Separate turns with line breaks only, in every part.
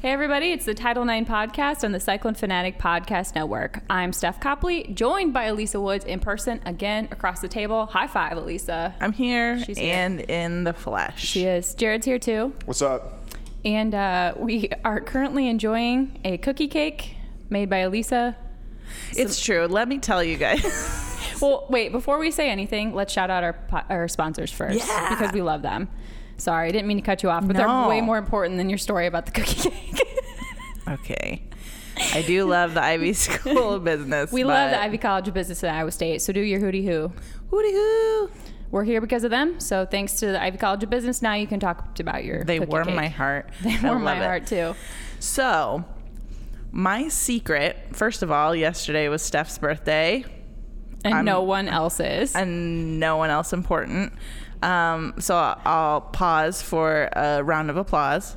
Hey, everybody, it's the Title IX podcast on the Cyclone Fanatic Podcast Network. I'm Steph Copley, joined by Elisa Woods in person again across the table. High five, Elisa.
I'm here
She's here.
and in the flesh.
She is. Jared's here too.
What's up?
And uh, we are currently enjoying a cookie cake made by Elisa.
It's true. Let me tell you guys.
Well, wait, before we say anything, let's shout out our, po- our sponsors first
Yeah.
because we love them. Sorry, I didn't mean to cut you off, but they're
No.
way more important than your story about the cookie cake.
okay. I do love the Ivy School of Business.
we love the Ivy College of Business at Iowa State, so do your hootie hoo.
Hootie hoo.
We're here because of them. So thanks to the Ivy College of Business, now you can talk about your.
They
cookie
warm
cake.
my heart.
They
I
warm my
love it.
heart too.
So, my secret, first of all, yesterday was Steph's birthday
And
I'm-
no one else's.
and no one else important. Um, so, I'll- I'll pause for a round of applause.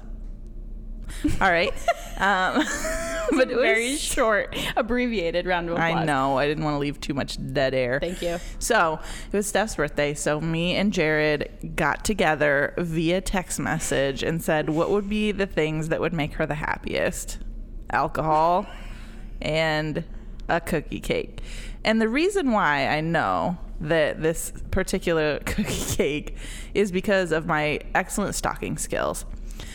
All right. um, but it was
Very
short.
abbreviated round of applause.
I know. I didn't want to leave too much dead air.
Thank you.
So it was Steph's birthday. So me and Jared got together via text message and said, what would be the things that would make her the happiest? Alcohol and a cookie cake. And the reason why I know that this particular cookie cake is because of my excellent stocking skills.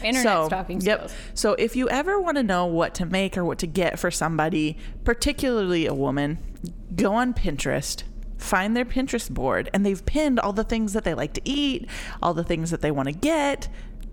Internet
so,
stalking
Yep.
skills.
So if you ever want to know what to make or what to get for somebody, particularly a woman, go on Pinterest. Find their Pinterest board and they've pinned all the things that they like to eat, all the things that they want to get,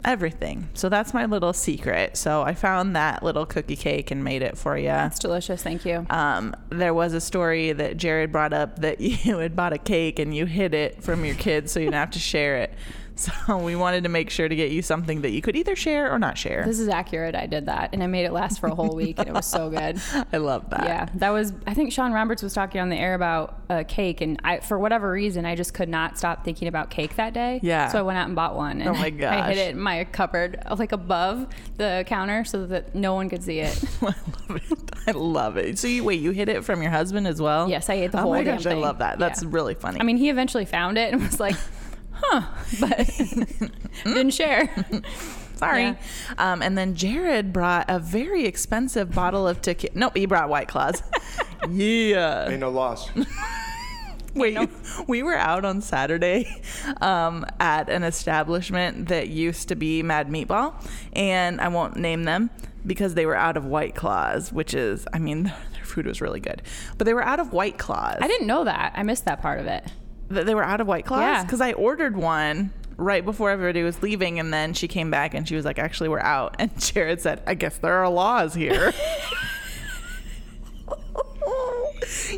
everything. So that's my little secret. So I found that little cookie cake and made it for you.
It's delicious. Thank you.
Um, there was a story that Jared brought up that you had bought a cake and you hid it from your kids so you didn't have to share it. So we wanted to make sure to get you something that you could either share or not share.
This is accurate. I did that, and I made it last for a whole week, and it was so good.
I love that.
Yeah, that was. I think Sean Roberts was talking on the air about uh, cake, and I, for whatever reason, I just could not stop thinking about cake that day.
Yeah.
So I went out and bought one. And
Oh my
I hid
gosh.
it in my cupboard, like above the counter, so that no one could see it.
I love it. I love it. So you wait, you hid it from your husband as well?
Yes, I ate the
oh
whole
my
damn
gosh, I
thing.
love that. That's
Yeah.
really funny.
I mean, he eventually found it and was like, "Huh," but didn't share.
sorry.
yeah.
Um, and then Jared brought a very expensive bottle of tequila. Nope, he brought White Claws. yeah.
Ain't no loss.
Wait, we were out on Saturday um, at an establishment that used to be Mad Meatball, and I won't name them because they were out of White Claws, which is, I mean, their food was really good, but they were out of White Claws.
I didn't know that. I missed that part of it.
That they were out of White Claws
Yeah.
because I ordered one right before everybody was leaving, and then she came back and she was like, "Actually, we're out." And Jared said, "I guess there are laws here."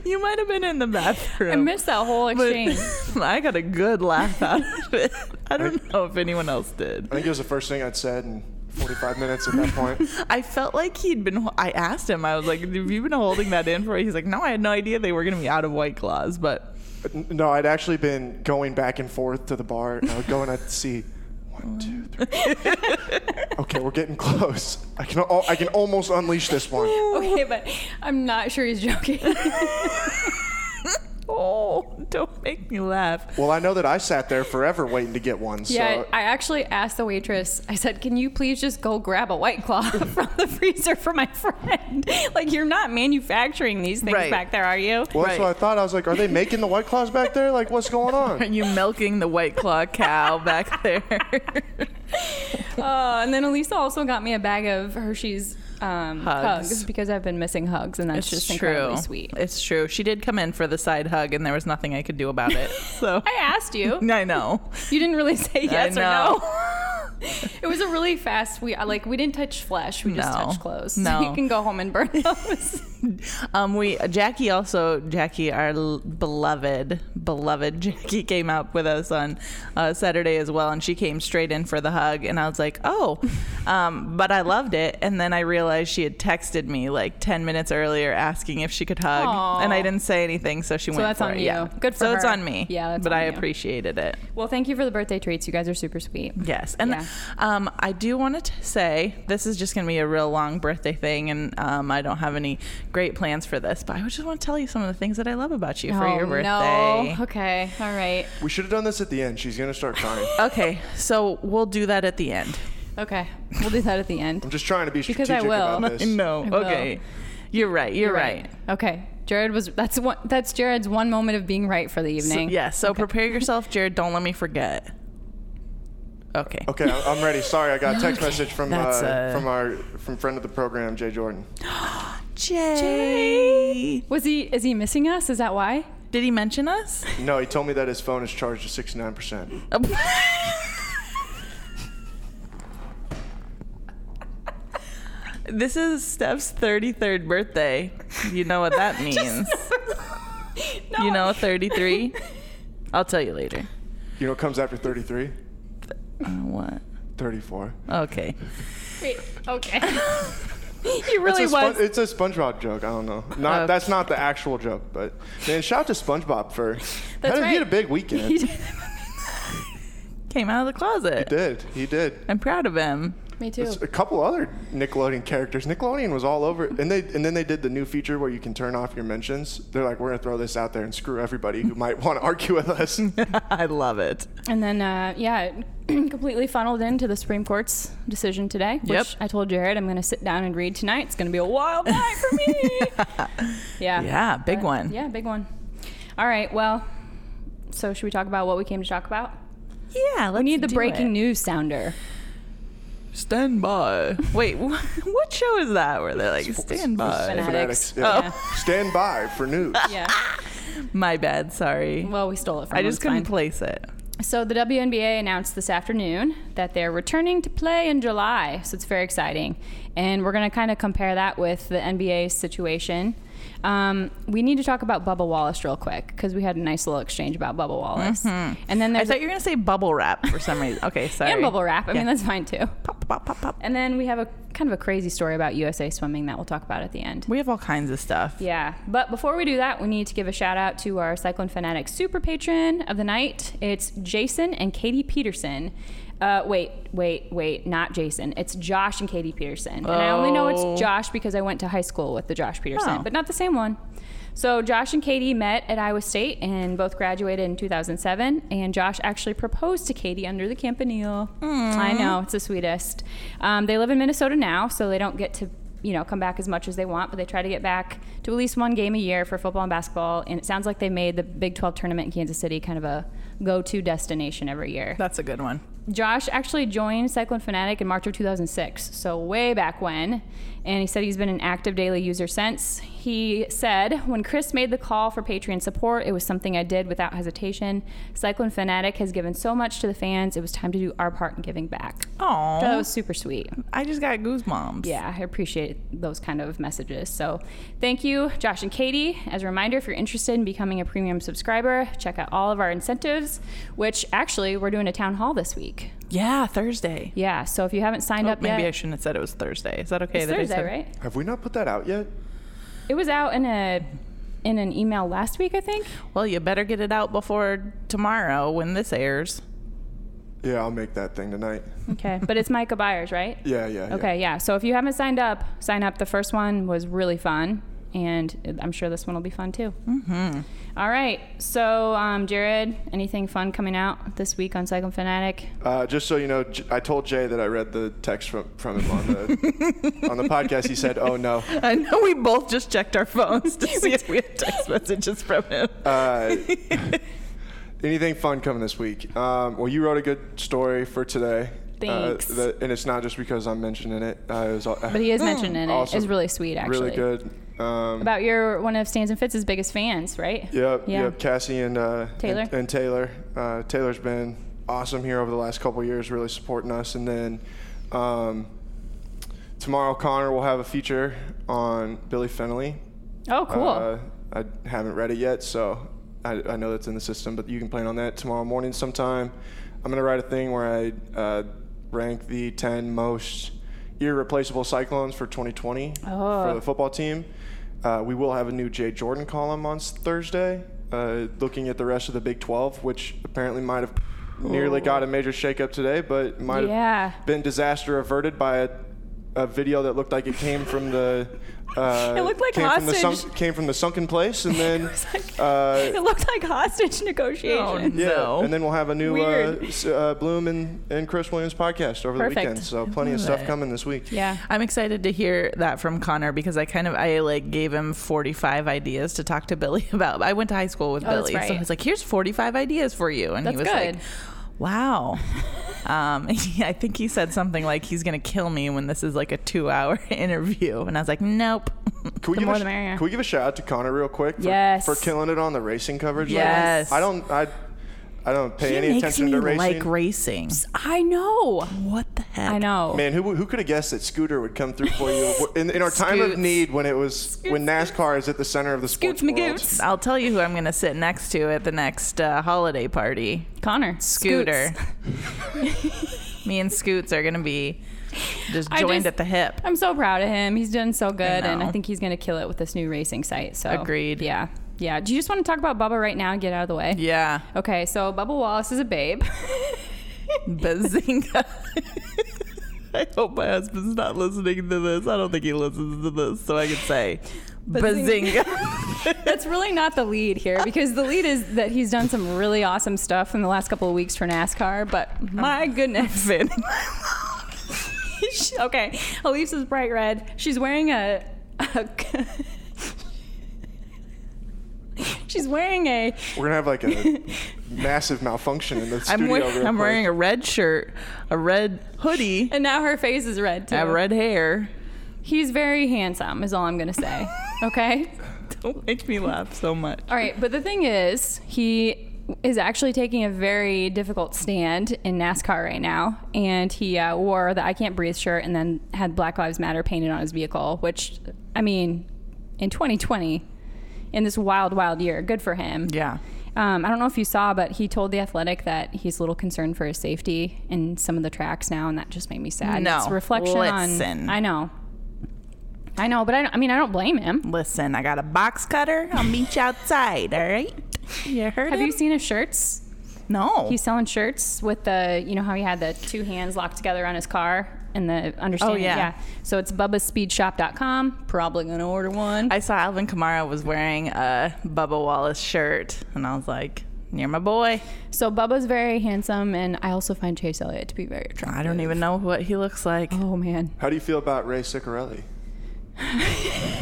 you might have been in the bathroom.
I missed that whole exchange.
Oh. But I got a good laugh out of it. I don't know if anyone else did.
I think it was the first thing I'd said in 45 minutes at that point.
I felt like he'd been. I asked him. I was like, "Have you been holding that in for?" He's like, "No, I had no idea they were going to be out of White Claws." But
But n- no, I'd actually been going back and forth to the bar, and I would go and I'd see one, two, three. okay, we're getting close. I can al- I can almost unleash this one.
okay, but I'm not sure he's joking.
oh, don't make me laugh.
Well, I know that I sat there forever waiting to get one. So
Yeah, I actually asked the waitress. I said, "Can you please just go grab a white claw from the freezer for my friend? like you're not manufacturing these things
Right.
back there, are you?"
well, that's what I
right.
thought. I was like, are they making the white claws back there? Like, what's going
Are
on?
you milking the White Claw cow back there?
Uh, and then Elisa also got me a bag of Hershey's um, hugs.
Hugs.
because I've been missing hugs, and that's just incredibly sweet.
It's true. She did come in for the side hug, and there was nothing I could do about it. So
I asked you.
I know.
You didn't really say yes
I
or no. It was a really fast. We I- like we didn't touch flesh. We just
No.
touched clothes.
No.
So you can go home and burn those.
Um, we Jackie also Jackie, our l- beloved beloved Jackie, came up with us on uh, Saturday as well, and she came straight in for the hug, and I was like, oh, um, but I loved it, and then I realized she had texted me like ten minutes earlier asking if she could hug,
Aw.
and I didn't say anything, so she went.
that's
for
on
it.
you.
Yeah.
Good for
So it's
her.
on me.
Yeah, that's
but
on
I
you.
appreciated it.
well, thank you for the birthday treats. You guys are super sweet.
Yes. And
Yeah.
um, I do want to say this is just going to be a real long birthday thing, and um, I don't have any great plans for this, but I just want to tell you some of the things that I love about you for your birthday.
Oh, No. Okay. All right.
We should have done this at the end. She's gonna start crying.
Okay, so we'll do that at the end.
Okay, we'll do that at the end.
I'm just trying to be strategic
Because I will.
about this.
No.
will.
Okay. You're right. You're,
You're
right.
Okay, Jared was. That's one. That's Jared's one moment of being right for the
So,
evening.
yeah. So prepare yourself, Jared. Don't let me forget. Okay.
Okay, I- I'm ready. Sorry, I got a text
Okay,
message from uh,
that's, uh,
from our from friend of the program, Jay Jordan.
Jay.
Was he? Is he missing us? Is that why?
Did he mention us?
No, he told me that his phone is charged to 69 percent.
this is Steph's 33rd birthday. You know what that means.
No.
You know 33? I'll tell you later.
You know what comes after 33?
Uh, what?
34.
Okay.
Wait, okay. he really
it's, a
was.
Spon- it's a SpongeBob joke. I don't know. Not
Oh.
that's not the actual joke, but man, shout out to SpongeBob for
That's
had,
right.
he had a big weekend.
He
he
did-
Came out of the closet.
did. He did.
I'm proud of him.
Me too.
There's a couple other Nickelodeon characters. Nickelodeon was all over, and they and then they did the new feature where you can turn off your mentions. They're like, we're gonna throw this out there and screw everybody who might want to argue with us.
I love it.
And then, uh, yeah, it completely funneled into the Supreme Court's decision today. Which
Yep.
I told Jared I'm going to sit down and read tonight. It's going to be a wild night for me. yeah.
Yeah, big
But,
one.
Uh, Yeah, big one. All right. Well, so should we talk about what we came to talk about?
Yeah, let's
We need the breaking news sounder.
Stand by. Wait, wh- what show is that where they're like, stand by?
Fanatic.
Fanatics.
Fanatics.
yeah.
Oh.
Stand by for news.
Yeah.
My bad, sorry.
Well, we stole it from
I
him,
just
it's
couldn't
fine.
place it.
So the WNBA announced this afternoon that they're returning to play in July, so it's very exciting. And we're going to kind of compare that with the NBA situation. Um, we need to talk about Bubba Wallace real quick because we had a nice little exchange about Bubba Wallace. And then
Mm-hmm. I
there's
thought you were going to say bubble wrap for some reason. Okay, sorry.
and bubble wrap. I mean, that's fine too.
Pop, pop, pop, pop.
And then we have a kind of a crazy story about USA swimming that we'll talk about at the end.
We have all kinds of stuff.
Yeah. But before we do that, we need to give a shout out to our Cyclone Fanatic super patron of the night. It's Jason and Katie Peterson. Uh, wait, wait, wait, not Jason. It's Josh and Katie Peterson. And I only know
Oh.
it's Josh because I went to high school with the Josh Peterson,
Oh.
but not the same one. So Josh and Katie met at Iowa State and both graduated in 2007. And Josh actually proposed to Katie under the campanile. I know it's the sweetest. Um, they live in Minnesota now, so they don't get to you know come back as much as they want, but they try to get back to at least one game a year for football and basketball. And it sounds like they made the Big 12 tournament in Kansas City kind of a go-to destination every year.
That's a good one.
Josh actually joined Cyclone Fanatic in March of 2006, so way back when. And he said he's been an active daily user since. He said, When Chris made the call for Patreon support, it was something I did without hesitation. Cyclone Fanatic has given so much to the fans, it was time to do our part in giving back.
Oh,
That was super sweet.
I just got goosebumps.
Yeah, I appreciate those kind of messages. So thank you, Josh and Katie. As a reminder, if you're interested in becoming a premium subscriber, check out all of our incentives, which actually we're doing a town hall this week.
Yeah, Thursday. Oh,
Yeah. So if you haven't
Oh,
signed up
Maybe I
yet,
shouldn't have said it was Thursday. Is that okay?
it's
that I
Thursday,
said-
right?
Have we not put that out yet?
It was out in a in an email last week, I think.
Well, you better get it out before tomorrow when this airs.
Yeah, I'll make that thing tonight.
Okay, but it's Micah Byers, right?
Yeah, yeah. yeah.
Okay, yeah. So if you haven't signed up, sign up. The first one was really fun, and I'm sure this one will be fun too. Mm-hmm. right. So, um, Jared, anything fun coming out this week on Cycling Fanatic?
Uh, just so you know, J- I told Jay that I read the text from, from him on the on the podcast. He said, "Oh no."
I know we both just checked our phones to see if we had text messages from him.
Uh, anything fun coming this week? Um, well, you wrote a good story for today.
Thanks.
Uh, that, and it's not just because I'm mentioning it. Uh, it was all,
But he is mentioned in it.
Awesome.
It's really sweet, actually.
really good. Um,
About your one of Stans and Fitz's biggest fans, right?
Yep,
Yeah.
yep. Cassie and uh,
Taylor.
and, and Taylor. Uh, Taylor's been awesome here over the last couple of years, really supporting us. And then um, tomorrow, Connor will have a feature on Billy Fennelly.
Oh, cool.
Uh, I haven't read it yet, so I, I know that's in the system, but you can plan on that tomorrow morning sometime. I'm going to write a thing where I uh, rank the 10 most irreplaceable cyclones for 2020 for
Oh.
the football team. Uh, we will have a new Jay Jordan column on s- Thursday, uh, looking at the rest of the Big 12, which apparently might have nearly got a major shakeup today, but might have
yeah.
been disaster averted by a a video that looked like it came from the. Uh,
It looked like
came from the,
Hostage.
sunk, came from the sunken place, and then
was like-
uh,
it looked like hostage negotiation.
yeah,
No.
and then we'll have a new uh,
Weird.
s- uh, Bloom and, and Chris Williams podcast over
Perfect.
the weekend. So plenty of stuff
it.
coming this week.
Yeah.
I'm excited to hear that from Connor because I kind of I like gave him 45 ideas to talk to Billy about. I went to high school with
Oh, that's
Billy, so
right.
I was like, "Here's 45 ideas for you," and he was
That's
like,
good.
"Wow." um, I think he said something like, "He's gonna kill me when this is like a two-hour interview," and I was like, "Nope."
Can we,
The
give
more
a,
the
sh-
merrier.
can we give a shout out to Connor real quick? For,
Yes.
For killing it on the racing coverage. lately?
Yes.
I don't. I. I don't pay
he
any
makes
attention
me
to racing.
like racing.
I know.
What the heck?
I know.
Man, who, who could have guessed that Scooter would come through for you in, in our time of
Scoots.
need when it was when
Scoots.
NASCAR is at the center of the sports
Scoots me
world.
goots.
I'll tell you who I'm gonna sit next to at the next uh, holiday party.
Connor.
Scooter.
Scoots.
Me and Scoots are gonna be just
I
joined
just-
at the hip.
I'm so proud of him. He's done so good, and I
know.
think he's going to kill it with this new racing site. So
Agreed.
Yeah. Yeah. Do you just want to talk about Bubba right now and get out of the way?
Yeah,
Okay, so Bubba Wallace is a babe.
bazinga! I hope my husband's not listening to this. I don't think he listens to this, so I can say
Bazinga.
bazinga.
That's really not the lead here because the lead is that he's done some really awesome stuff in the last couple of weeks for NASCAR, but my goodness.
Finn.
She- okay, Elise is bright red. She's wearing a. a She's wearing a.
We're gonna have like a massive malfunction in the
I'm,
studio.
wear-
real
I'm
quick.
wearing a red shirt, a red hoodie,
And now her face is red too.
I have red hair.
He's very handsome, is all I'm going to say. Okay?
Don't make me laugh so much.
All right, but the thing is, he is actually taking a very difficult stand in NASCAR right now, and he uh, wore the "I Can't Breathe" shirt and then had Black Lives Matter painted on his vehicle. Which, I mean, in 2020, in this wild, wild year, good for him.
Yeah.
Um, I don't know if you saw, but he told The Athletic that he's a little concerned for his safety in some of the tracks now, and that just made me sad.
No.
It's a reflection on.
Listen.
I know. I know, but I, don't, I mean, I don't blame him.
Listen, I got a box cutter. I'll meet you outside. All right. You heard
Have
him?
you seen his shirts?
No.
He's selling shirts with the, you know how he had the two hands locked together on his car and the understanding.
yeah.
So it's bubbaspeedshop.com. Probably going to order one.
I saw Alvin Kamara was wearing a Bubba Wallace shirt, and I was like, "You're my boy."
so Bubba's very handsome, and I also find Chase Elliott to be very attractive.
I don't even know what he looks like.
Oh, man.
How do you feel about Ray Ciccarelli?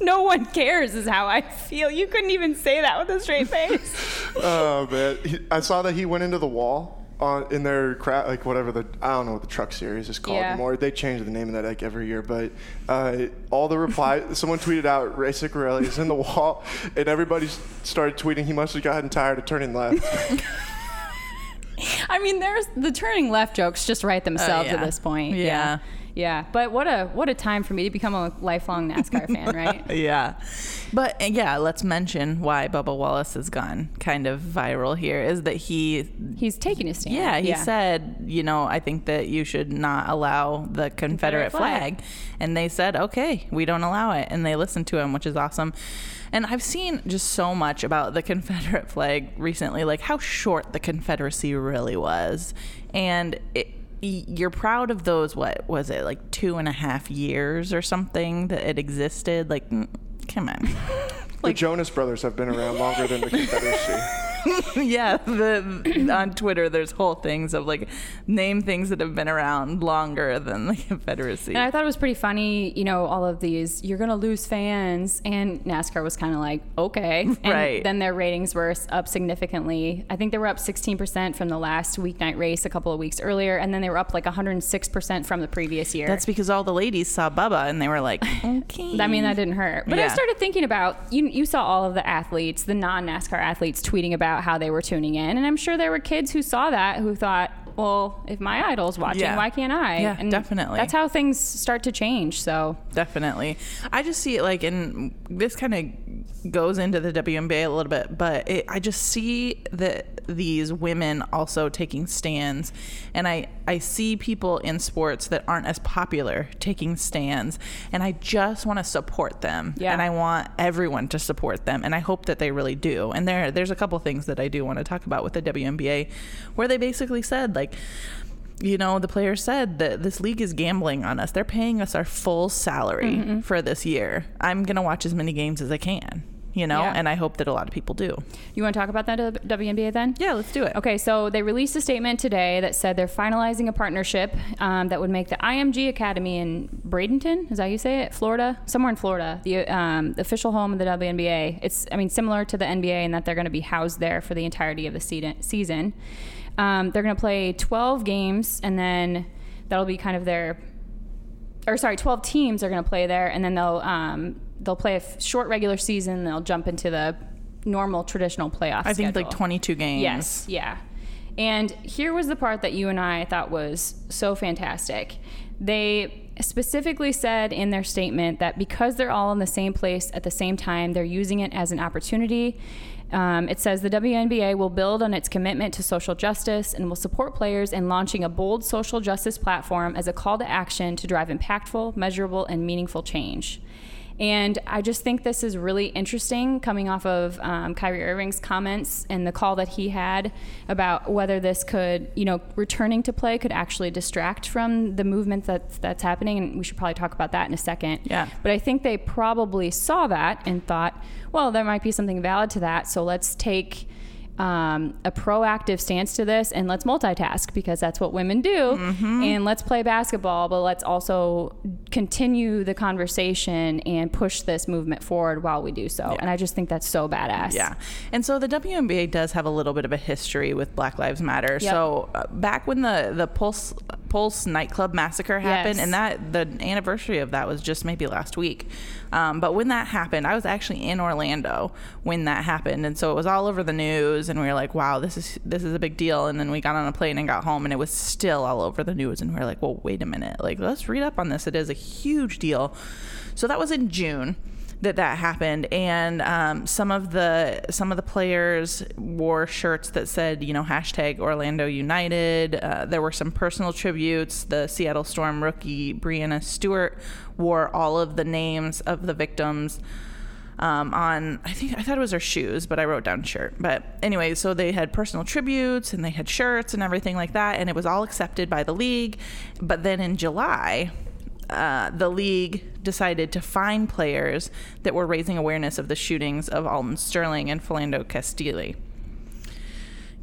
No one cares, is how I feel. You couldn't even say that with a straight face.
Oh man, He- I saw that he went into the wall on in their crowd, like whatever the I don't know what the truck series is called
Yeah.
anymore. They change the name of that like every year, but uh, all the reply, someone tweeted out Ray Ciccarelli is in the wall, and everybody s- started tweeting he must have gotten tired of turning left.
I mean, there's the turning left jokes just write themselves at
yeah.
this point.
Yeah.
Oh, yeah. Yeah. But what a what a time for me to become a lifelong NASCAR fan, right?
Yeah, but uh, yeah, let's mention why Bubba Wallace has gone kind of viral here is that he,
He's taking his stand.
yeah, he said, you know, I think that you should not allow the
Confederate
Confederate,
flag.
flag. and they said, okay, we don't allow it, and they listened to him, which is awesome. And I've seen just so much about the Confederate flag recently, like how short the Confederacy really was, and it. y- You're proud of those, what was it, like two and a half years or something that it existed? Like, mm, come on.
the Jonas Brothers have been around longer than the Confederacy.
yeah, the, on Twitter, there's whole things of like name things that have been around longer than the Confederacy.
And I thought it was pretty funny, you know, all of these, you're going to lose fans. And NASCAR was kind of like, okay. And
Right.
then their ratings were s- up significantly. I think they were up 16% from the last weeknight race a couple of weeks earlier. And then they were up like 106% from the previous year.
That's because all the ladies saw Bubba and they were like, okay.
I mean, that didn't hurt. But I
Yeah.
started thinking about you. You saw all of the athletes, the non NASCAR athletes, tweeting about how they were tuning in, and I'm sure there were kids who saw that who thought, "Well, if my idol's watching,
Yeah.
why can't I?"
Yeah,
and
definitely.
That's how things start to change. So
Definitely. I just see it like, and this kind of goes into the WNBA a little bit, but it, I just see that these women also taking stands. And I, I see people in sports that aren't as popular taking stands. And I just want to support them.
Yeah.
And I want everyone to support them. And I hope that they really do. And there, there's a couple things that I do want to talk about with the WNBA where they basically said, like, you know, the player said that this league is gambling on us. They're paying us our full salary
Mm-hmm.
for this year. I'm going to watch as many games as I can, you know,
Yeah.
and I hope that a lot of people do.
You want to talk about that uh, WNBA then?
Yeah, let's do it.
Okay, so they released a statement today that said they're finalizing a partnership um, that would make the IMG Academy in Bradenton, is that how you say it? Florida, somewhere in Florida, the um, the official home of the WNBA. It's, I mean, similar to the NBA in that they're going to be housed there for the entirety of the se- season. Um, they're going to play 12 games, and then that'll be kind of their or sorry, 12 teams are going to play there, and then they'll um, they'll play a f- short regular season. And they'll jump into the normal traditional playoff.
I think like
schedule.
22 games.
Yes, yeah. And here was the part that you and I thought was so fantastic. They specifically said in their statement that because they're all in the same place at the same time, they're using it as an opportunity. Um, it says the WNBA will build on its commitment to social justice and will support players in launching a bold social justice platform as a call to action to drive impactful, measurable, and meaningful change. And I just think this is really interesting coming off of um, Kyrie Irving's comments and the call that he had about whether this could, you know, returning to play could actually distract from the movement that's, that's happening. And we should probably talk about that in a second.
Yeah.
But I think they probably saw that and thought, well, there might be something valid to that. So let's take um, a proactive stance to this and let's multitask because that's what women do.
Mm-hmm.
And let's play basketball, but let's also continue the conversation and push this movement forward while we do so. And I just think that's so badass.
Yeah. And so the WNBA does have a little bit of a history with Black Lives Matter.
Yep.
So uh, back when the the Pulse Pulse nightclub massacre happened
Yes.
and that the anniversary of that was just maybe last week. Um, but when that happened, I was actually in Orlando when that happened and so it was all over the news and we were like, "Wow, this is this is a big deal." And then we got on a plane and got home and it was still all over the news and we were like, "Well, wait a minute. Like, let's read up on this. It is a huge deal." So that was in June that that happened and um, some of the some of the players wore shirts that said you know hashtag orlando united uh, there were some personal tributes the seattle storm rookie brianna stewart wore all of the names of the victims um, on I think I thought it was her shoes, but I wrote down shirt. But anyway, so they had personal tributes and they had shirts and everything like that, and it was all accepted by the league. But then in July, uh, the league decided to fine players that were raising awareness of the shootings of Alton Sterling and Philando Castile.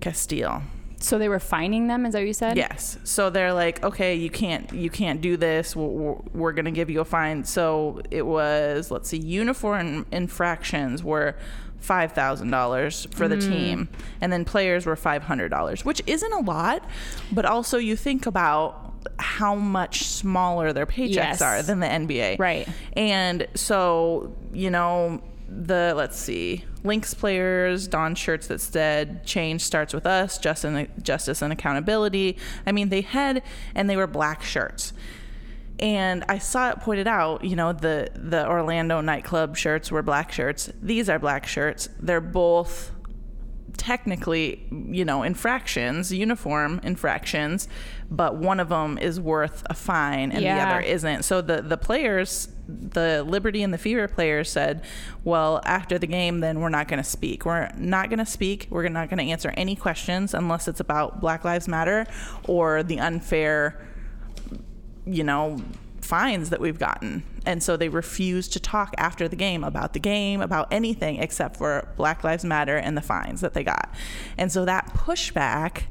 Castile.
So they were finding them, is that what you said?
Yes. So they're like, okay, you can't, you can't do this. We're- We're, we're going to give you a fine. So it was, let's see, uniform infractions were five thousand dollars for
Hmm.
the team, and then players were five hundred dollars, which isn't a lot, but also you think about how much smaller their paychecks
Yes.
are than the NBA,
Right.
and so, you know, the let's see, Lynx players don shirts that said "Change starts with us," justice, justice and accountability. I mean, they had, and they were black shirts. And I saw it pointed out, you know, the the Orlando nightclub shirts were black shirts. These are black shirts. They're both technically, you know, infractions, uniform infractions, but one of them is worth a fine and
Yeah.
the other isn't. So the the players, the Liberty and the Fever players said, "Well, after the game, then we're not going to speak. We're not going to speak. We're not going to answer any questions unless it's about Black Lives Matter or the unfair, you know." fines that we've gotten and so they refused to talk after the game about the game about anything except for black lives matter and the fines that they got and so that pushback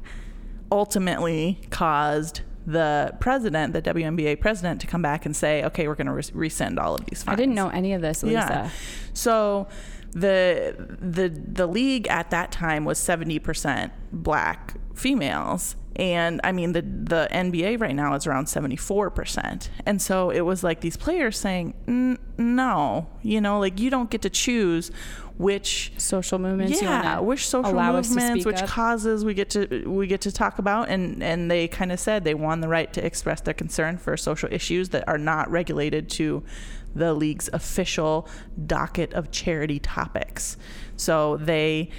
ultimately caused the president, the WNBA president, to come back and say, "Okay, we're going to res- rescind all of these fines."
I didn't know any of this, Lisa.
Yeah. So the the the league at that time was seventy percent black females. And I mean the the NBA right now is around seventy four percent, and so it was like these players saying, "N- "No, you know, like you don't get to choose which
Social movements. you
yeah,
wanna
which social
allow us to
movements,
speak
which
up?
causes we get to we get to talk about, and and they kind of said they won the right to express their concern for social issues that are not regulated to the league's official docket of charity topics. So they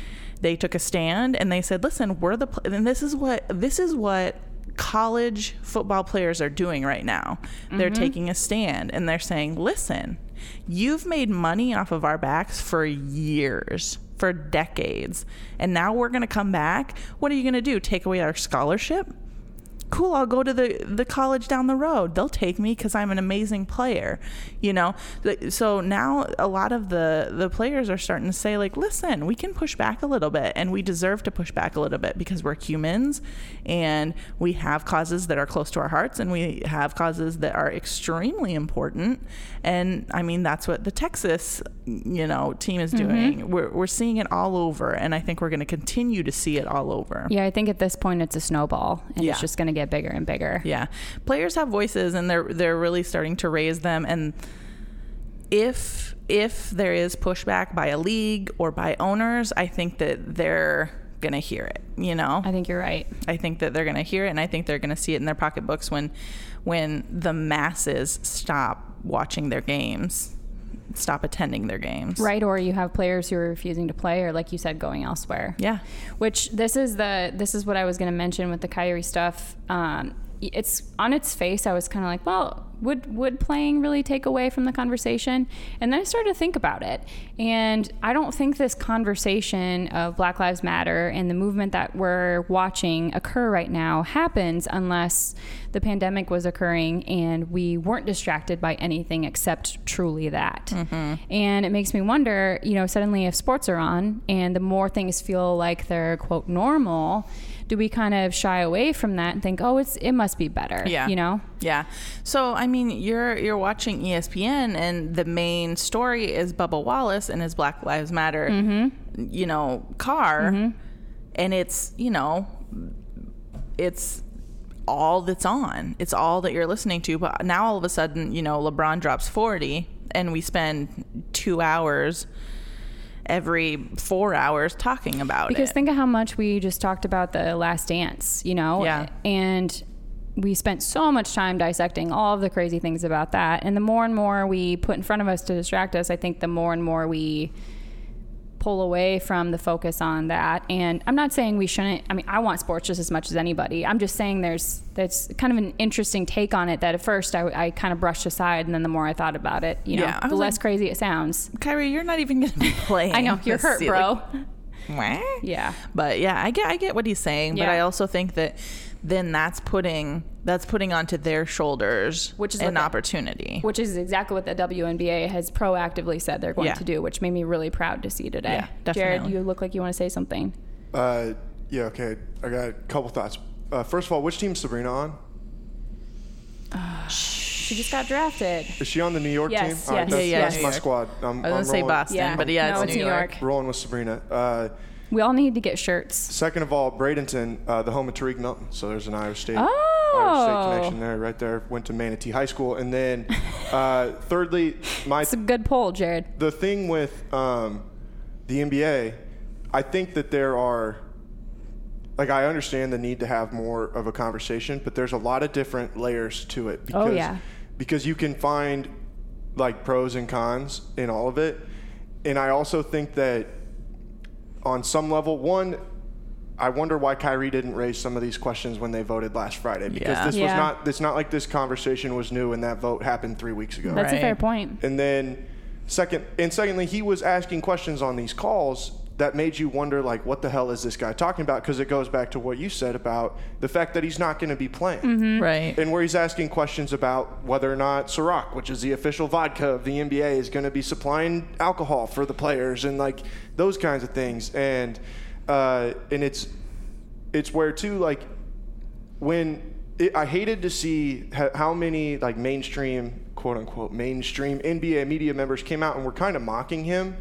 they took a stand and they said, listen, we're the pl-, and this is what this is what college football players are doing right now. They're taking a stand and they're saying, listen, you've made money off of our backs for years, for decades. And now we're going to come back. What are you going to do? Take away our scholarship? cool i'll go to the, the college down the road they'll take me because i'm an amazing player you know Th- so now a lot of the the players are starting to say like listen we can push back a little bit and we deserve to push back a little bit because we're humans and we have causes that are close to our hearts and we have causes that are extremely important and i mean that's what the texas you know team is doing we're, we're seeing it all over and i think we're going to continue to see it all over
Yeah, I think at this point it's a snowball and
Yeah.
it's just going to get bigger and bigger.
Yeah. Players have voices and they're they're really starting to raise them and if if there is pushback by a league or by owners, I think that they're going to hear it, you know.
I think you're right.
I think that they're going to hear it and I think they're going to see it in their pocketbooks when when the masses stop watching their games, stop attending their games.
Right, or you have players who are refusing to play, or like you said, going elsewhere.
Yeah.
Which this is the this is what I was going to mention with the Kyrie stuff. Um, y- it's on its face. I was kind of like, well, would would playing really take away from the conversation? And then I started to think about it, and I don't think this conversation of Black Lives Matter and the movement that we're watching occur right now happens unless the pandemic was occurring and we weren't distracted by anything except truly that. And it makes me wonder, you know, suddenly if sports are on and the more things feel like they're quote normal, do we kind of shy away from that and think, oh, it's it must be better?
Yeah.
You know?
Yeah. So I mean, you're you're watching E ESPN, and the main story is Bubba Wallace and his Black Lives Matter,
Mm-hmm.
you know, car, and it's you know, it's all that's on. It's all that you're listening to. But now all of a sudden, you know, LeBron drops 40, and we spend two hours every four hours talking about
Because
it.
think of how much we just talked about the last dance, you know?
Yeah.
And we spent so much time dissecting all of the crazy things about that. And the more and more we put in front of us to distract us, I think the more and more we pull away from the focus on that. And I'm not saying we shouldn't. I mean, I want sports just as much as anybody. I'm just saying there's that's kind of an interesting take on it that at first I, I kind of brushed aside, and then the more I thought about it, you know,
Yeah, I
the
was
less
like-
crazy it sounds.
Kyrie, you're not even going to be playing.
I know you're
this
hurt,
season.
bro.
Like, "Wah?"
Yeah.
But yeah, I get I get what he's saying, but
Yeah.
I also think that then that's putting that's putting onto their shoulders
Which is what
an
the-
opportunity.
which is exactly what the WNBA has proactively said they're going
Yeah.
to do, which made me really proud to see today.
Yeah,
Jared,
definitely.
you look like you want to say something.
Uh, yeah, okay. I got a couple thoughts. Uh, first of all, which team's Sabrina on?
She just got drafted.
Is she on the New York
Yes,
team?
yes.
All right, that's,
Yeah, yeah,
that's
New
my
York.
squad. I'm,
I
am
was gonna say
rolling,
Boston,
Yeah.
but yeah,
No,
it's,
it's
New,
New
York.
York.
rolling with Sabrina. Uh,
We all need to get shirts.
second of all, Bradenton, uh, the home of Tariq Melton. So there's an Irish State, Irish State
Oh.
connection there, right there. Went to Manatee High School, and then uh, thirdly, my
It's a good poll, Jared.
the thing with um, the NBA, I think that there are, like, I understand the need to have more of a conversation, but there's a lot of different layers to it because
Oh, yeah.
because you can find like pros and cons in all of it, and I also think that on some level, one. I wonder why Kyrie didn't raise some of these questions when they voted last Friday because
Yeah.
this was
Yeah.
not it's not like this conversation was new and that vote happened 3 weeks ago.
That's a
Right.
fair point.
And then second and secondly, he was asking questions on these calls that made you wonder like what the hell is this guy talking about because it goes back to what you said about the fact that he's not going to be playing
Mm-hmm.
Right.
and where he's asking questions about whether or not Ciroc, which is the official vodka of the NBA, is going to be supplying alcohol for the players and like those kinds of things. And uh, and it's it's where too like when it, I hated to see ho- how many like mainstream quote unquote mainstream NBA media members came out and were kind of mocking him.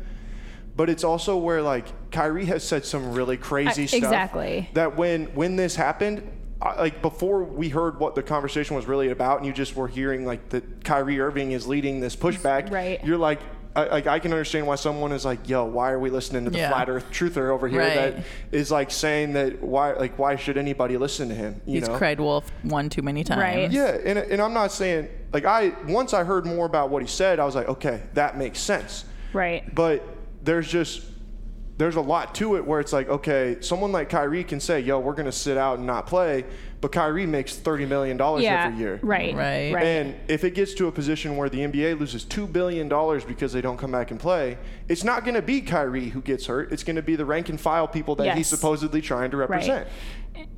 But it's also where like Kyrie has said some really crazy
I-
stuff
exactly.
that when when this happened I, like before we heard what the conversation was really about and you just were hearing like that Kyrie Irving is leading this pushback
Right.
you're like I, like I can understand why someone is like yo why are we listening to the
Yeah.
flat earth truther over here
Right.
that is like saying that why like why should anybody listen to him you
He's
know
cried wolf one too many times.
Right.
yeah, and, and I'm not saying like I once I heard more about what he said, I was like, okay, that makes sense.
Right.
But there's just there's a lot to it where it's like, okay, someone like Kyrie can say, yo, we're going to sit out and not play, but Kyrie makes $30 million
yeah,
every year.
right,
Right.
right.
And if it gets to a position where the NBA loses $2 billion because they don't come back and play, it's not going to be Kyrie who gets hurt. It's going to be the rank and file people that he's
Yes.
supposedly trying to represent.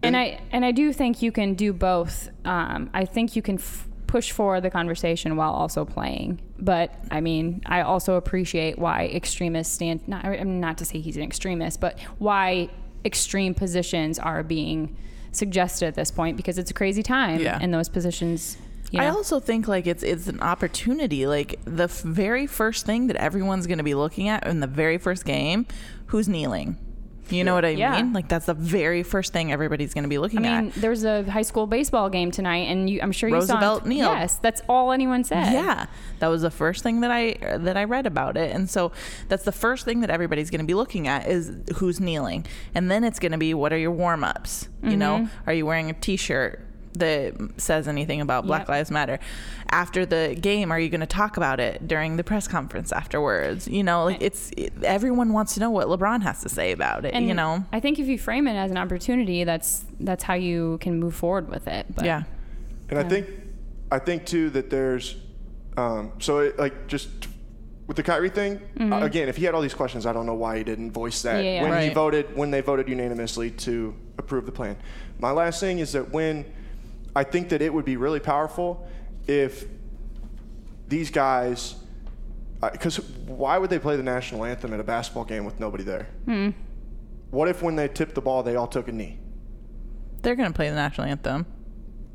and I and I do think you can do both. Um, I think you can f- push for the conversation while also playing. But I mean, I also appreciate why extremists stand. Not, I mean, not to say he's an extremist, but why extreme positions are being suggested at this point because it's a crazy time
Yeah.
in those positions. You
I
know?
also think like it's it's an opportunity. Like the f- very first thing that everyone's going to be looking at in the very first game, who's kneeling. You know what I
Yeah.
mean? Like that's the very first thing everybody's going to be looking
I
at.
mean, there was a high school baseball game tonight, and you, I'm sure you saw.
Roosevelt
on-
kneeled.
Yes, that's all anyone said.
Yeah, that was the first thing that I that I read about it, and so that's the first thing that everybody's going to be looking at is who's kneeling, and then it's going to be what are your warm ups? You know,
Mm-hmm.
are you wearing a T-shirt? That says anything about Black
Yep.
Lives Matter. After the game, are you going to talk about it during the press conference afterwards? You know, like it's it, everyone wants to know what LeBron has to say about it. you know,
I think if you frame it as an opportunity, that's that's how you can move forward with it. But
yeah,
And I think, I think too that there's, um, so it, like just with the Kyrie thing, uh, again, if he had all these questions, I don't know why he didn't voice that
Mm-hmm. Yeah, yeah.
when he
Right.
voted when they voted unanimously to approve the plan. My last thing is that when I think that it would be really powerful if these guys, because why would they play the national anthem at a basketball game with nobody there?
Hmm.
What if when they tipped the ball, they all took a knee?
they're going to play the national anthem.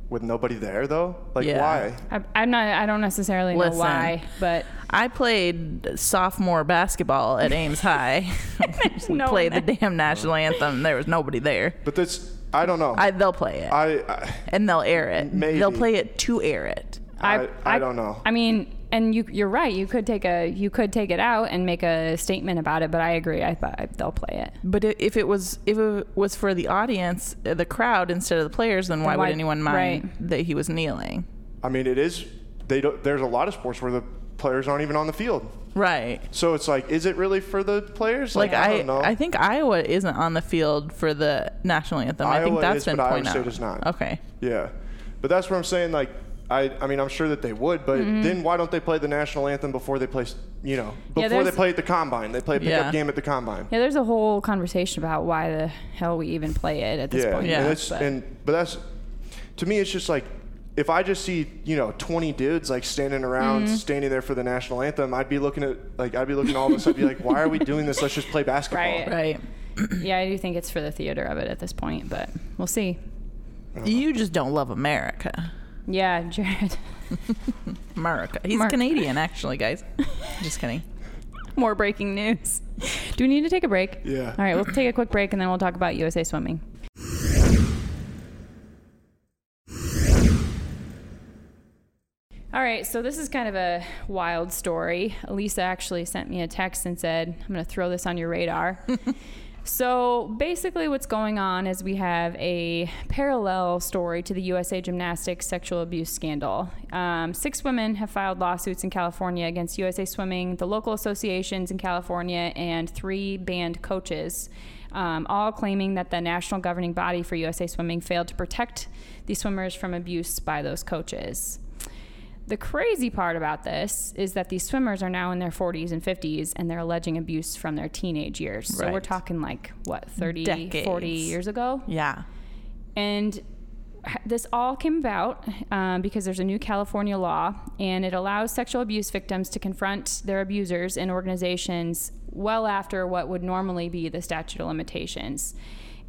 With nobody there, though, like
Yeah.
why?
I, I'm not. I don't necessarily
Listen.
know why, but
I played sophomore basketball at Ames High. we
no
played the
one
damn national anthem. There was nobody there.
But that's I don't know.
I, they'll play it
I, I
and they'll air it.
Maybe.
They'll play it to air it.
I- I don't know.
I mean, and you you're right. You could take a you could take it out and make a statement about it. But I agree. I thought they'll play it.
But i- if it was if it was for the audience, uh, the crowd instead of the players, then why,
why-
would anyone mind
right.
that he was kneeling?
I mean it is they don't, there's a lot of sports where the players aren't even on the field.
Right.
So it's like is it really for the players?
Like
I
I,
don't know.
I, think Iowa isn't on the field for the national anthem. I think
Iowa
that's
is,
been
but Iowa
pointed out.
State is not.
Okay.
yeah. But that's what I'm saying like I, I mean I'm sure that they would, but
Mm-hmm.
then why don't they play the national anthem before they play s- you know,
Yeah,
before they
there's-
play at the combine. They play a pickup
Yeah.
game at the combine.
Yeah, there's a whole conversation about why the hell we even play it at this
yeah.
point.
Yeah.
And that's
but-
and but that's to me it's just like if I just see, you know, 20 dudes like standing around,
Mm-hmm.
standing there for the national anthem, I'd be looking at like I'd be looking at all this I'd be like, why are we doing this? Let's just play basketball.
Right.
Right.
Yeah, I do think it's for the theater of it at this point, but we'll see.
You just don't love America.
Yeah, Jared.
America. He's
Mer-
Canadian, actually, guys. Just kidding.
More breaking news. Do we need to take a break?
Yeah.
All right, we'll take a quick break and then we'll talk about USA Swimming. All right, so this is kind of a wild story. Lisa actually sent me a text and said, I'm going to throw this on your radar. so basically, what's going on is we have a parallel story to the USA Gymnastics sexual abuse scandal. Um, six women have filed lawsuits in California against USA Swimming, the local associations in California, and three banned coaches um, all claiming that the national governing body for USA Swimming failed to protect these swimmers from abuse by those coaches. The crazy part about this is that these swimmers are now in their 40s and 50s and they're alleging abuse from their teenage years. So we're
Right.
talking like, what, 30,
Decades.
40 years ago?
Yeah.
And h- this all came about um, because there's a new California law, and it allows sexual abuse victims to confront their abusers in organizations well after what would normally be the statute of limitations.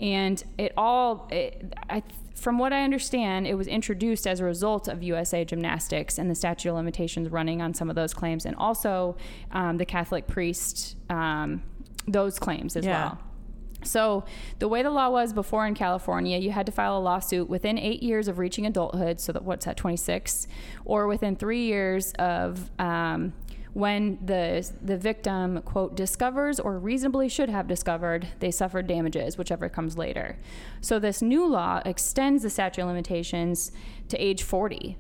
And it all, it, I, from what I understand, it was introduced as a result of USA Gymnastics and the statute of limitations running on some of those claims, and also um, the Catholic priest, um, those claims as
Yeah.
well. So, the way the law was before in California, you had to file a lawsuit within eight years of reaching adulthood. So, that what's that, 26? Or within three years of um, when the, the victim, quote, discovers or reasonably should have discovered they suffered damages, whichever comes later. So, this new law extends the statute of limitations to age 40.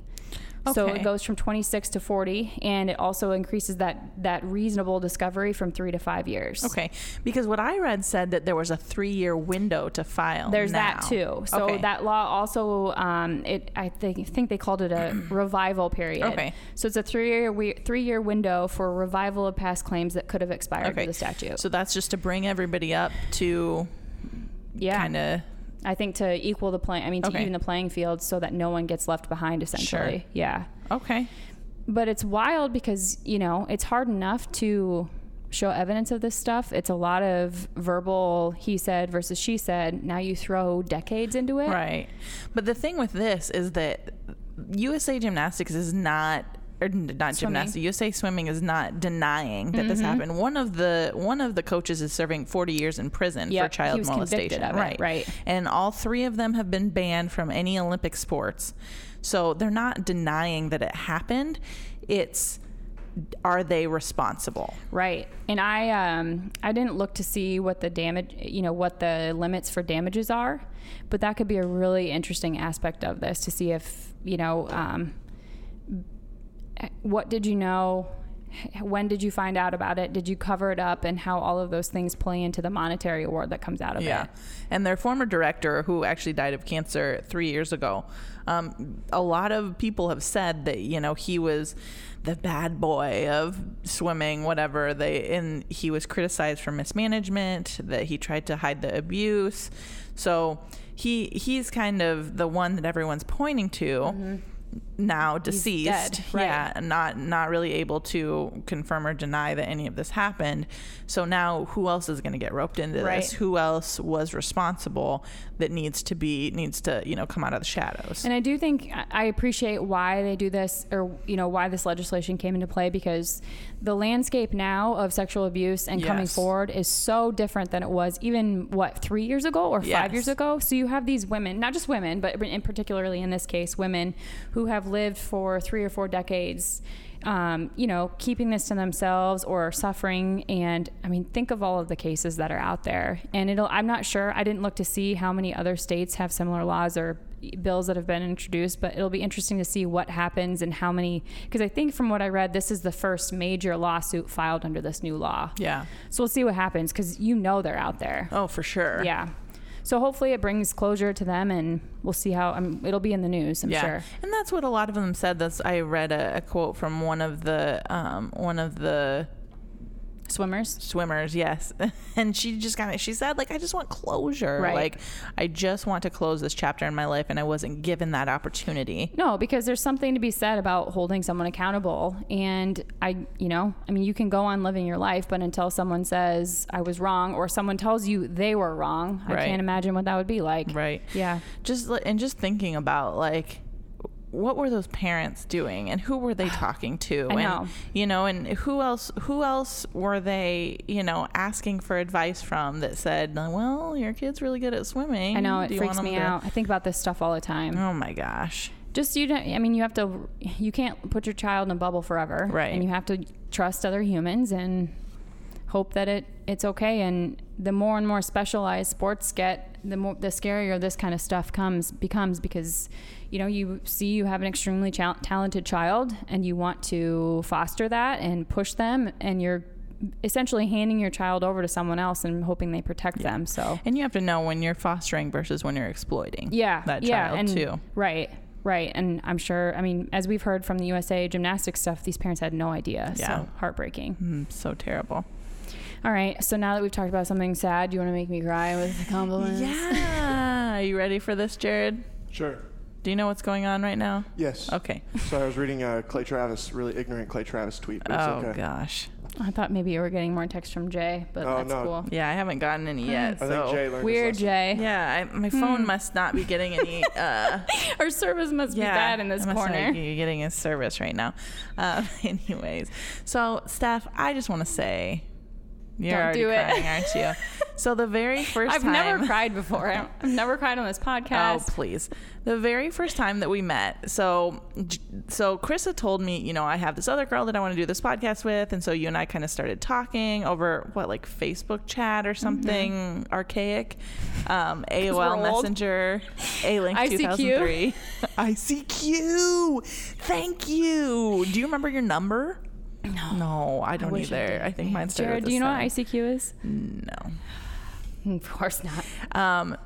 So
Okay.
it goes from 26 to 40, and it also increases that that reasonable discovery from three to five years.
Okay, because what I read said that there was a three-year window to file.
There's
now.
that too. So
Okay.
that law also, um, it I think think they called it a revival period.
Okay.
So it's a three year we, three year window for revival of past claims that could have expired with
okay.
the statute.
So that's just to bring everybody up to
yeah,
kind of
I think to equal the playing, I mean to
Okay.
even the playing field, so that no one gets left behind. Essentially, yeah.
okay.
But it's wild because you know it's hard enough to show evidence of this stuff. It's a lot of verbal he said versus she said. Now you throw decades into it.
Right. But the thing with this is that USA Gymnastics is not or n-
Swimming.
not
Mm-hmm.
gymnastics. USA Swimming is not denying that this happened. One of the one of the coaches is serving 40 years in prison for
Yep, he
child
was convicted
molestation.
of it,
right.
right.
And all three of them have been banned from any Olympic sports. So they're not denying that it happened. It's are they responsible?
Right. And I um I didn't look to see what the damage, you know, what the limits for damages are, but that could be a really interesting aspect of this to see if, you know, um what did you know? When did you find out about it? Did you cover it up and how all of those things play into the monetary award that comes out of
Yeah.
it?
And their former director, who actually died of cancer three years ago, um, a lot of people have said that, you know, he was the bad boy of swimming, whatever. They And he was criticized for mismanagement, that he tried to hide the abuse. So he he's kind of the one that everyone's pointing to. Now deceased,
Mm-hmm. dead, right.
yeah, not not really able to confirm or deny that any of this happened. So now, who else is going to get roped into
Right.
this? Who else was responsible that needs to be needs to you know come out of the shadows?
And I do think I- I appreciate why they do this, or you know why this legislation came into play because the landscape now of sexual abuse and coming
Yes.
forward is so different than it was even what three years ago or
Yes.
five years ago. So you have these women, not just women, but in particularly in this case, women who have lived for three or four decades. Um, you know, keeping this to themselves or suffering, and I mean, think of all of the cases that are out there. And it'll, I'm not sure, I didn't look to see how many other states have similar laws or bills that have been introduced, but it'll be interesting to see what happens and how many, because I think from what I read, this is the first major lawsuit filed under this new law.
yeah.
So we'll see what happens because you know they're out there.
Oh, for sure.
Yeah. So hopefully it brings closure to them and we'll see how um, it'll be in the news, I'm sure.
And that's what a lot of them said. That's I read a, a quote from one of the um, one of the
Swimmers.
swimmers yes and she just kind of she said like i just want closure
Right.
like i just want to close this chapter in my life and i wasn't given that opportunity
No, because there's something to be said about holding someone accountable. And I, you know, I mean, you can go on living your life, but until someone says I was wrong or someone tells you they were wrong, I
Right.
can't imagine what that would be like.
right
Yeah.
just li- and just thinking about like what were those parents doing and who were they talking to
I
and
know.
you know and who else who else were they you know asking for advice from that said well your kid's really good at swimming
I know it
Do you
freaks
want 'em
me
to-"
out. I think about this stuff all the time.
oh my gosh
just you don't i mean you have to you can't put your child in a bubble forever
Right.
and you have to trust other humans and hope that it it's okay and the more and more specialized sports get the more the scarier this kind of stuff comes becomes because you know you see you have an extremely chal talented child and you want to foster that and push them and you're essentially handing your child over to someone else and hoping they protect them so
and you have to know when you're fostering versus when you're exploiting
yeah
that
yeah,
child
and,
too
right right and i'm sure i mean as we've heard from the usa gymnastics stuff these parents had no idea
Yeah.
so heartbreaking
Mm, so terrible
all right so now that we've talked about something sad do you want to make me cry with the compliments
yeah are you ready for this jared
Sure.
do you know what's going on right now
Yes.
okay
So I was reading uh, Clay Travis, really ignorant Clay Travis tweet. But it's
oh
okay.
gosh
i thought maybe you were getting more texts from jay but
Oh,
that's
no.
cool
yeah i haven't gotten any yet so
I think Jay learned.
weird
his lesson.
jay
Yeah, I, my phone must not be getting any. Uh,
our service must Hmm. be
yeah,
bad in this
I must not
corner
be getting a Uh, service right now. Um, anyways, so Steph, I just want to say, You're
Don't
already
do it.
crying, aren't you? So the very first
I've
time
never cried before. I don't- I've never cried on this podcast.
Oh, please. The very first time that we met, so j- so Chris had told me, you know, I have this other girl that I want to do this podcast with, and so you and I kind of started talking over what like Facebook chat or something archaic, um, AOL
we're old.
Messenger, A Link
ICQ.
2003, ICQ. Thank you. Do you remember your number? Oh, No, no, I don't
wish I
either.
did.
I, think mine started.
Jared,
with
do
a
you know what
seven.
ICQ is?
No.
Of course not.
Um,
does-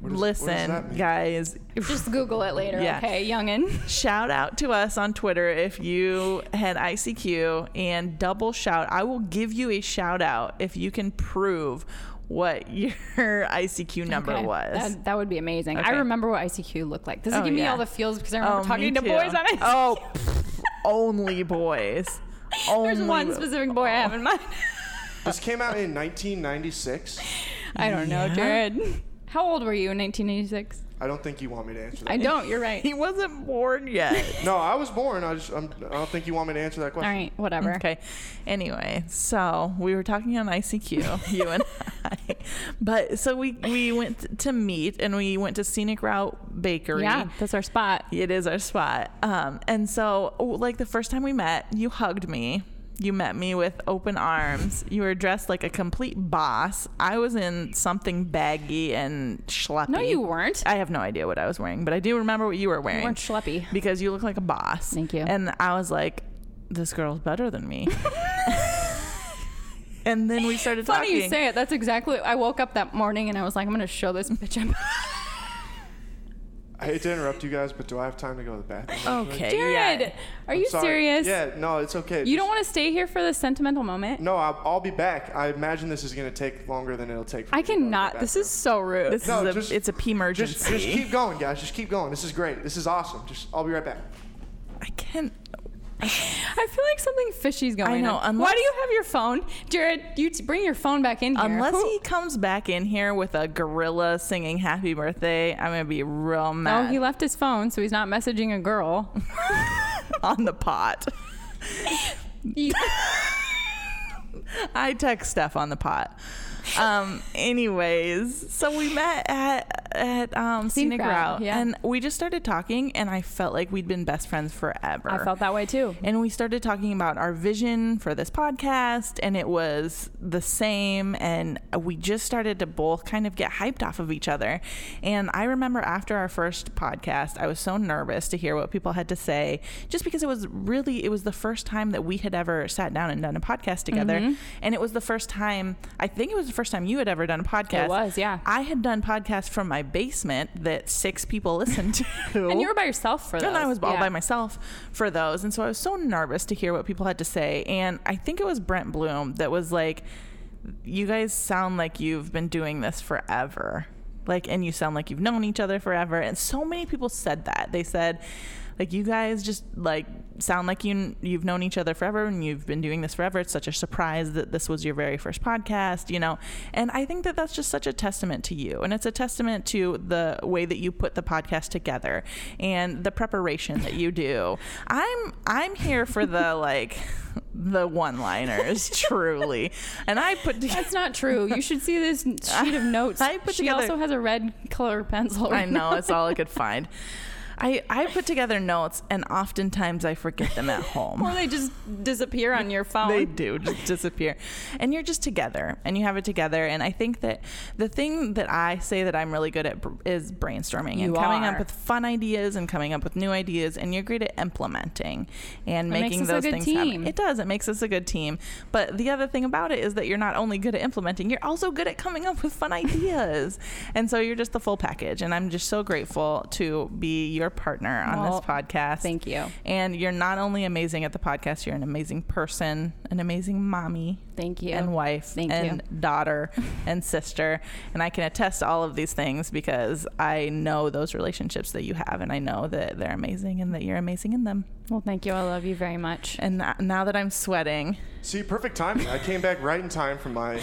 what does that
listen,
mean?
guys,
Just Google it later,
Yeah.
okay, youngin.
shout out to us on Twitter if you had ICQ and double shout. I will give you a shout out if you can prove what your ICQ number
Okay.
was.
That, that would be amazing. I
Okay.
remember what ICQ looked like. This is
Oh,
giving me
yeah.
all the feels because I remember
me
talking to
too.
boys on it.
Oh, pff, only boys. Only
There's one specific boy I have in mind.
This came out in 1996.
I don't know,
Yeah.
Jared. How old were you in 1986?
I don't think you want me to answer that.
I don't. You're right.
He wasn't born yet.
no, I was born. I just I'm, I don't think you want me to answer that
All
question.
right, whatever.
Okay. Anyway, so we were talking on ICQ, you and I. But so we we went to meet and we went to Scenic Route Bakery.
Yeah, that's our spot.
It is our spot. Um, and so, oh, like the first time we met, you hugged me. You met me with open arms. You were dressed like a complete boss. I was in something baggy and schleppy.
No, you weren't.
I have no idea what I was wearing, but I do remember what you were wearing.
You weren't schleppy.
because you look like a boss.
Thank you.
And I was like, this girl's better than me. and then we started
Funny
talking.
you say it. That's exactly. I woke up that morning and I was like, I'm gonna show this bitch. I'm
I hate to interrupt you guys, but do I have time to go to the bathroom?
Okay.
Jared,
yeah.
are
I'm
you
sorry.
serious?
Yeah. No, it's okay.
You don't want to stay here for the sentimental moment.
No, I'll, I'll be back. I imagine this is gonna take longer than it'll take. For
I
me to go to the
cannot. This
bathroom.
is so rude.
This
No,
is a,
just-
it's a P emergency.
Just, just keep going, guys. Just keep going. This is great. This is awesome. Just, I'll be right back.
I can't.
I feel like something fishy's going on.
know,
Why
unless-
do you have your phone, Jared? You t- bring your phone back in here.
Unless
Who-
he comes back in here with a gorilla singing "Happy Birthday," I'm gonna be
No,
real mad
Oh, he left his phone, so he's not messaging a girl.
on the pot.
He-
I text stuff on the pot. Um. anyways, so we met at at um,
Scenic
Scenic
Route,
Route,
yeah.
and we just started talking, and I felt like we'd been best friends forever.
I felt that way too.
and we started talking about our vision for this podcast and it was the same and we just started to both kind of get hyped off of each other and i remember after our first podcast i was so nervous to hear what people had to say just because it was really it was the first time that we had ever sat down and done a podcast together
Mm-hmm.
and it was the first time i think it was the first time you had ever done a podcast
It was, yeah.
i had done podcasts from my basement that six people listened to
And you were by yourself for those.
and I was all
Yeah.
by myself for those. And so I was so nervous to hear what people had to say. And I think it was Brent Bloom that was like, You guys sound like you've been doing this forever. Like, and you sound like you've known each other forever. And so many people said that. They said, like you guys just like sound like you you've known each other forever and you've been doing this forever. It's such a surprise that this was your very first podcast, you know. And I think that that's just such a testament to you, and it's a testament to the way that you put the podcast together and the preparation that you do. I'm I'm here for the like the one-liners, truly. And I put together.
That's not true. You should see this sheet of notes.
I put
she
together-
also has a red color pencil.
I
right now.
know it's all I could find. I, I put together notes and oftentimes I forget them at home.
Or they just disappear on your phone.
They do just disappear. And you're just together and you have it together. And I think that the thing that I say that I'm really good at br- is brainstorming
You
and coming
are.
up with fun ideas and coming up with new ideas. And you're great at implementing and
makes
making
us a
those
good
things
team.
happen. It does. It makes us a good team. But the other thing about it is that you're not only good at implementing, you're also good at coming up with fun ideas. And so you're just the full package. And I'm just so grateful to be your partner on
Well,
this podcast.
thank you.
And you're not only amazing at the podcast, you're an amazing person, an amazing mommy
Thank you.
and wife
Thank
and daughter and sister. And I can attest to all of these things because I know those relationships that you have and I know that they're amazing and that you're amazing in them.
Well, thank you. I love you very much.
And n- now that I'm sweating,
See, perfect timing. I came back right in time for my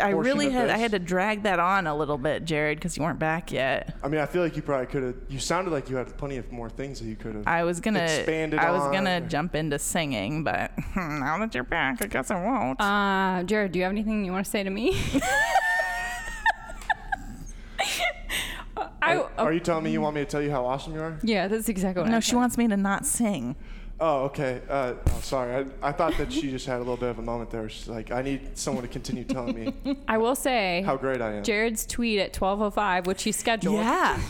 I
portion
really
of
had I
this.
had to drag that on a little bit, Jared, because you weren't back yet.
I mean, I feel like you probably could have. You sounded like you had plenty of more things that you could have.
I was gonna
Expanded
I was
on
gonna
or-
jump into singing, but now that you're back, I guess I won't.
Uh, Jared, do you have anything you want to say to me? I, oh.
Are you telling me you want me to tell you how awesome you are?
yeah, that's exactly what
no,
I'm
she wants me to not sing.
Oh, okay. Uh, oh, sorry. I, I thought that she just had a little bit of a moment there. She's like, I need someone to continue telling me
saying. I will say
how great I am.
Jared's tweet at 12:05, which he scheduled.
Yeah.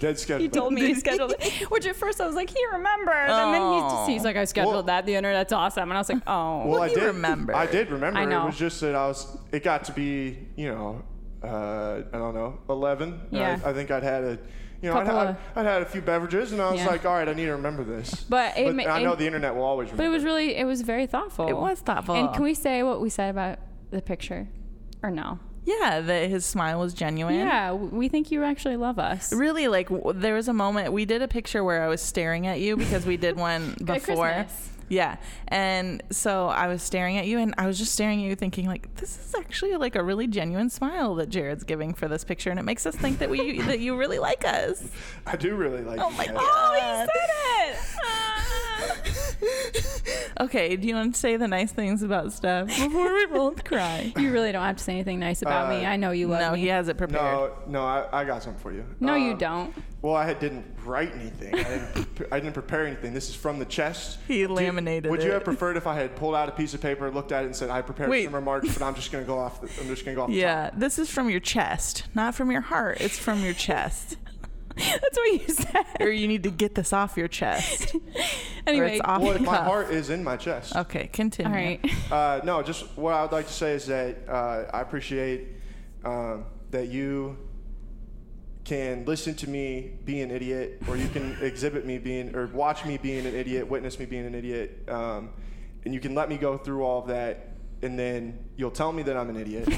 Dead schedule.
He told me he scheduled it, Oh. which at first I was like, he remembers, and then he's just he's like, I scheduled
Well-
that. The internet's awesome, and I was like, oh,
Well,
Well,
I
you
did
remember.
I did remember.
I know.
It was just that I was. It got to be, you know, uh, I don't know, eleven. And
Yeah.
I, I think I'd had a, you know, I'd,
Couple
had-
of-
I'd had a few beverages, and I was
Yeah.
like, all right, I need to remember this.
But it ma-
I know
it-
the internet will always.
but
Remember.
it was really it was very thoughtful.
It was thoughtful.
And can we say what we said about the picture, or no?
yeah, that his smile was genuine.
Yeah, w- we think you actually love us.
Really, like w- there was a moment we did a picture where I was staring at you because we did one before.
Christmas.
Yeah, and so I was staring at you, and I was just staring at you, thinking like, this is actually like a really genuine smile that Jared's giving for this picture, and it makes us think that we that you really like us.
I do really like.
Oh my
that.
god!
said
okay, do you want to say the nice things about Steph before we both cry?
You really don't have to say anything nice about me.
Uh,
I know you love
No,
me.
he has it prepared.
No, no, I, I got something for you.
No, you
Um,
don't.
Well, I had- didn't write anything. I didn't, pre- I didn't prepare anything. This is from the chest.
He
Do you-
laminated
Would you
it.
have preferred if I had pulled out a piece of paper, looked at it, and said, "I prepared
Wait.
some remarks, but I'm just going to go off. The, I'm just going to go off." the
Yeah, this is from your chest, not from your heart. It's from your chest.
That's what you said.
or you need to get this off your chest. Or
Anyway,
it's off
top. Well,
the
my
cuff.
heart is in my chest.
Okay, continue.
all right.
Uh, no, just what I would like to say is that uh, I appreciate um, that you can listen to me be an idiot, or you can exhibit me being, or watch me being an idiot, witness me being an idiot, um, and you can let me go through all of that, and then you'll tell me that I'm an idiot.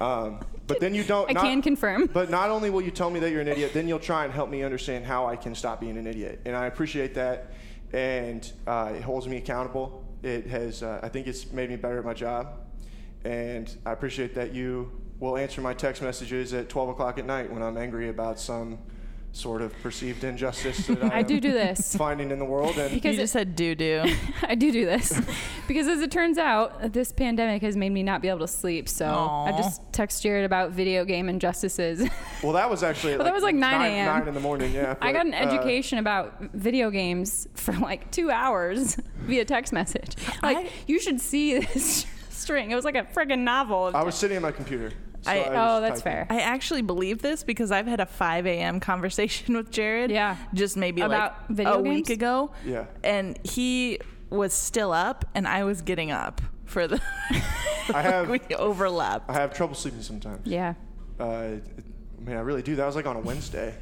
Um, but then you don't.
I
not-
can confirm.
But not only will you tell me that you're an idiot, then you'll try and help me understand how I can stop being an idiot, and I appreciate that. And uh, it holds me accountable. It has. Uh, I think it's made me better at my job, and I appreciate that you will answer my text messages at 12 o'clock at night when I'm angry about some sort of perceived injustice that I,
I
am
do do this.
finding in the world. And
Because
you just
it-
said doo doo.
I do do this because, as it turns out, this pandemic has made me not be able to sleep. So I
Aw.
just text Jared about video game injustices.
well, that was actually. at,
Well, that was like 9
9
a.m.
Nine in the morning. Yeah.
I got an
but, uh,
education about video games for like two hours via text message. Like
I-
you should see this string. It was like a friggin' novel. of
I was sitting at my computer. so
I-
was
oh, that's fair.
typing.
I actually believe this because I've had a 5 a.m. conversation with Jared.
Yeah.
Just maybe
About
like
video
a
games?
week ago.
Yeah.
And he was still up and I was getting up for the.
I have-
we overlapped.
I have trouble sleeping sometimes.
yeah.
Uh, I mean, I really do. That was like on a Wednesday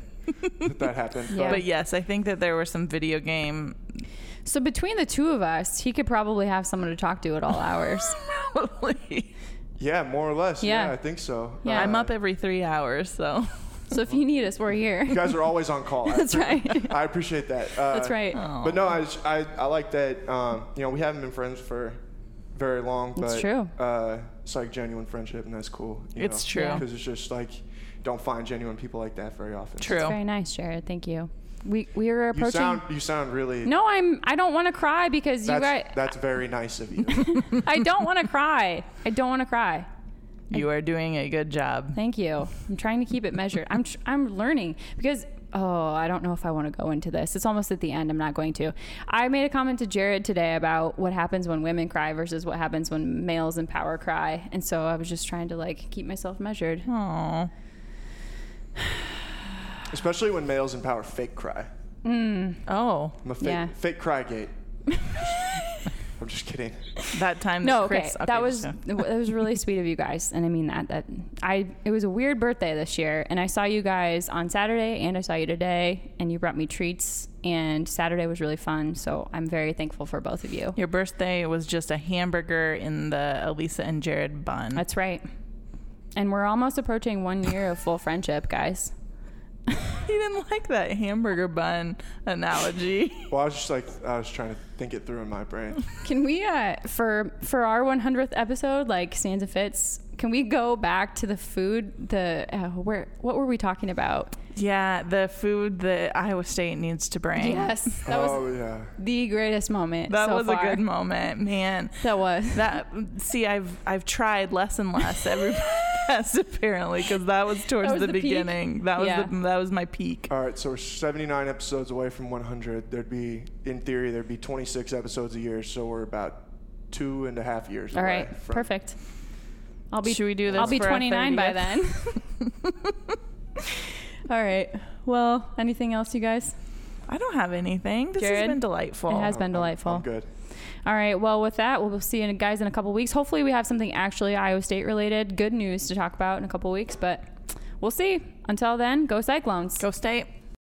that that happened.
Yeah.
But yes, I think that there were some video game.
So between the two of us, he could probably have someone to talk to at all hours.
Probably.
Yeah, more or less. Yeah,
Yeah.
I think so. Uh,
Yeah.
I'm up every three hours, so.
so if you need us, we're here.
You guys are always on call.
That's right.
I appreciate that. Uh,
That's right.
But no, I, just- I, I like that. Um, you know, we haven't been friends for very long. But,
It's true.
Uh, it's like genuine friendship, and that's cool. you
It's
know?
true.
Because it's just like, don't find genuine people like that very often.
True.
Very nice, Jared. Thank you. We we are approaching.
You sound, you sound really.
no, I'm. I don't want to cry because you
That's,
guys.
that's very nice of you.
I don't want to cry. I don't want to cry.
You are doing a good job.
Thank you. I'm trying to keep it measured. I'm tr- I'm learning because oh, I don't know if I want to go into this. It's almost at the end. I'm not going to. I made a comment to Jared today about what happens when women cry versus what happens when males in power cry, and so I was just trying to like keep myself measured.
Aww.
Especially when males in power fake cry.
Oh,
I'm a fake,
Yeah.
fake cry gate. I'm just kidding.
that time.
No, okay.
that Mm, Chris,
that
just
was
go.
that was really sweet of you guys, and I mean that. That I it was a weird birthday this year, and I saw you guys on Saturday, and I saw you today, and you brought me treats, and Saturday was really fun. So I'm very thankful for both of you.
Your birthday was just a hamburger in the Elisa and Jared bun.
That's right. And we're almost approaching one year of full friendship, guys.
he didn't like that hamburger bun analogy.
Well, I was just like, I was trying to think it through in my brain.
Can we, uh, for for our 100th episode, like Sansa Fitz, Can we go back to the food? The uh, where? What were we talking about?
Yeah, the food that Iowa State needs to bring.
Yes, that was
oh yeah.
the greatest moment.
That
so
was
far.
a good moment, man.
That was.
That see, I've I've tried less and less every podcast apparently because that was towards
was
the,
the peak?
beginning. That was
Yeah.
the, that was my peak.
All right, so we're 79 episodes away from 100. There'd be, in theory, there'd be 26 episodes a year. So we're about two and a half years
All
away.
right,
from-
perfect. I'll be.
Should we do this?
I'll be
for our
29 by
30th?
then. All right. Well, anything else, you guys?
I don't have anything. This has
Jared?
been delightful.
It has been
I'm-
delightful.
I'm good.
All right. Well, with that, we'll see you guys in a couple weeks. Hopefully, we have something actually Iowa State related, good news to talk about in a couple weeks, but we'll see. Until then, go Cyclones.
Go State.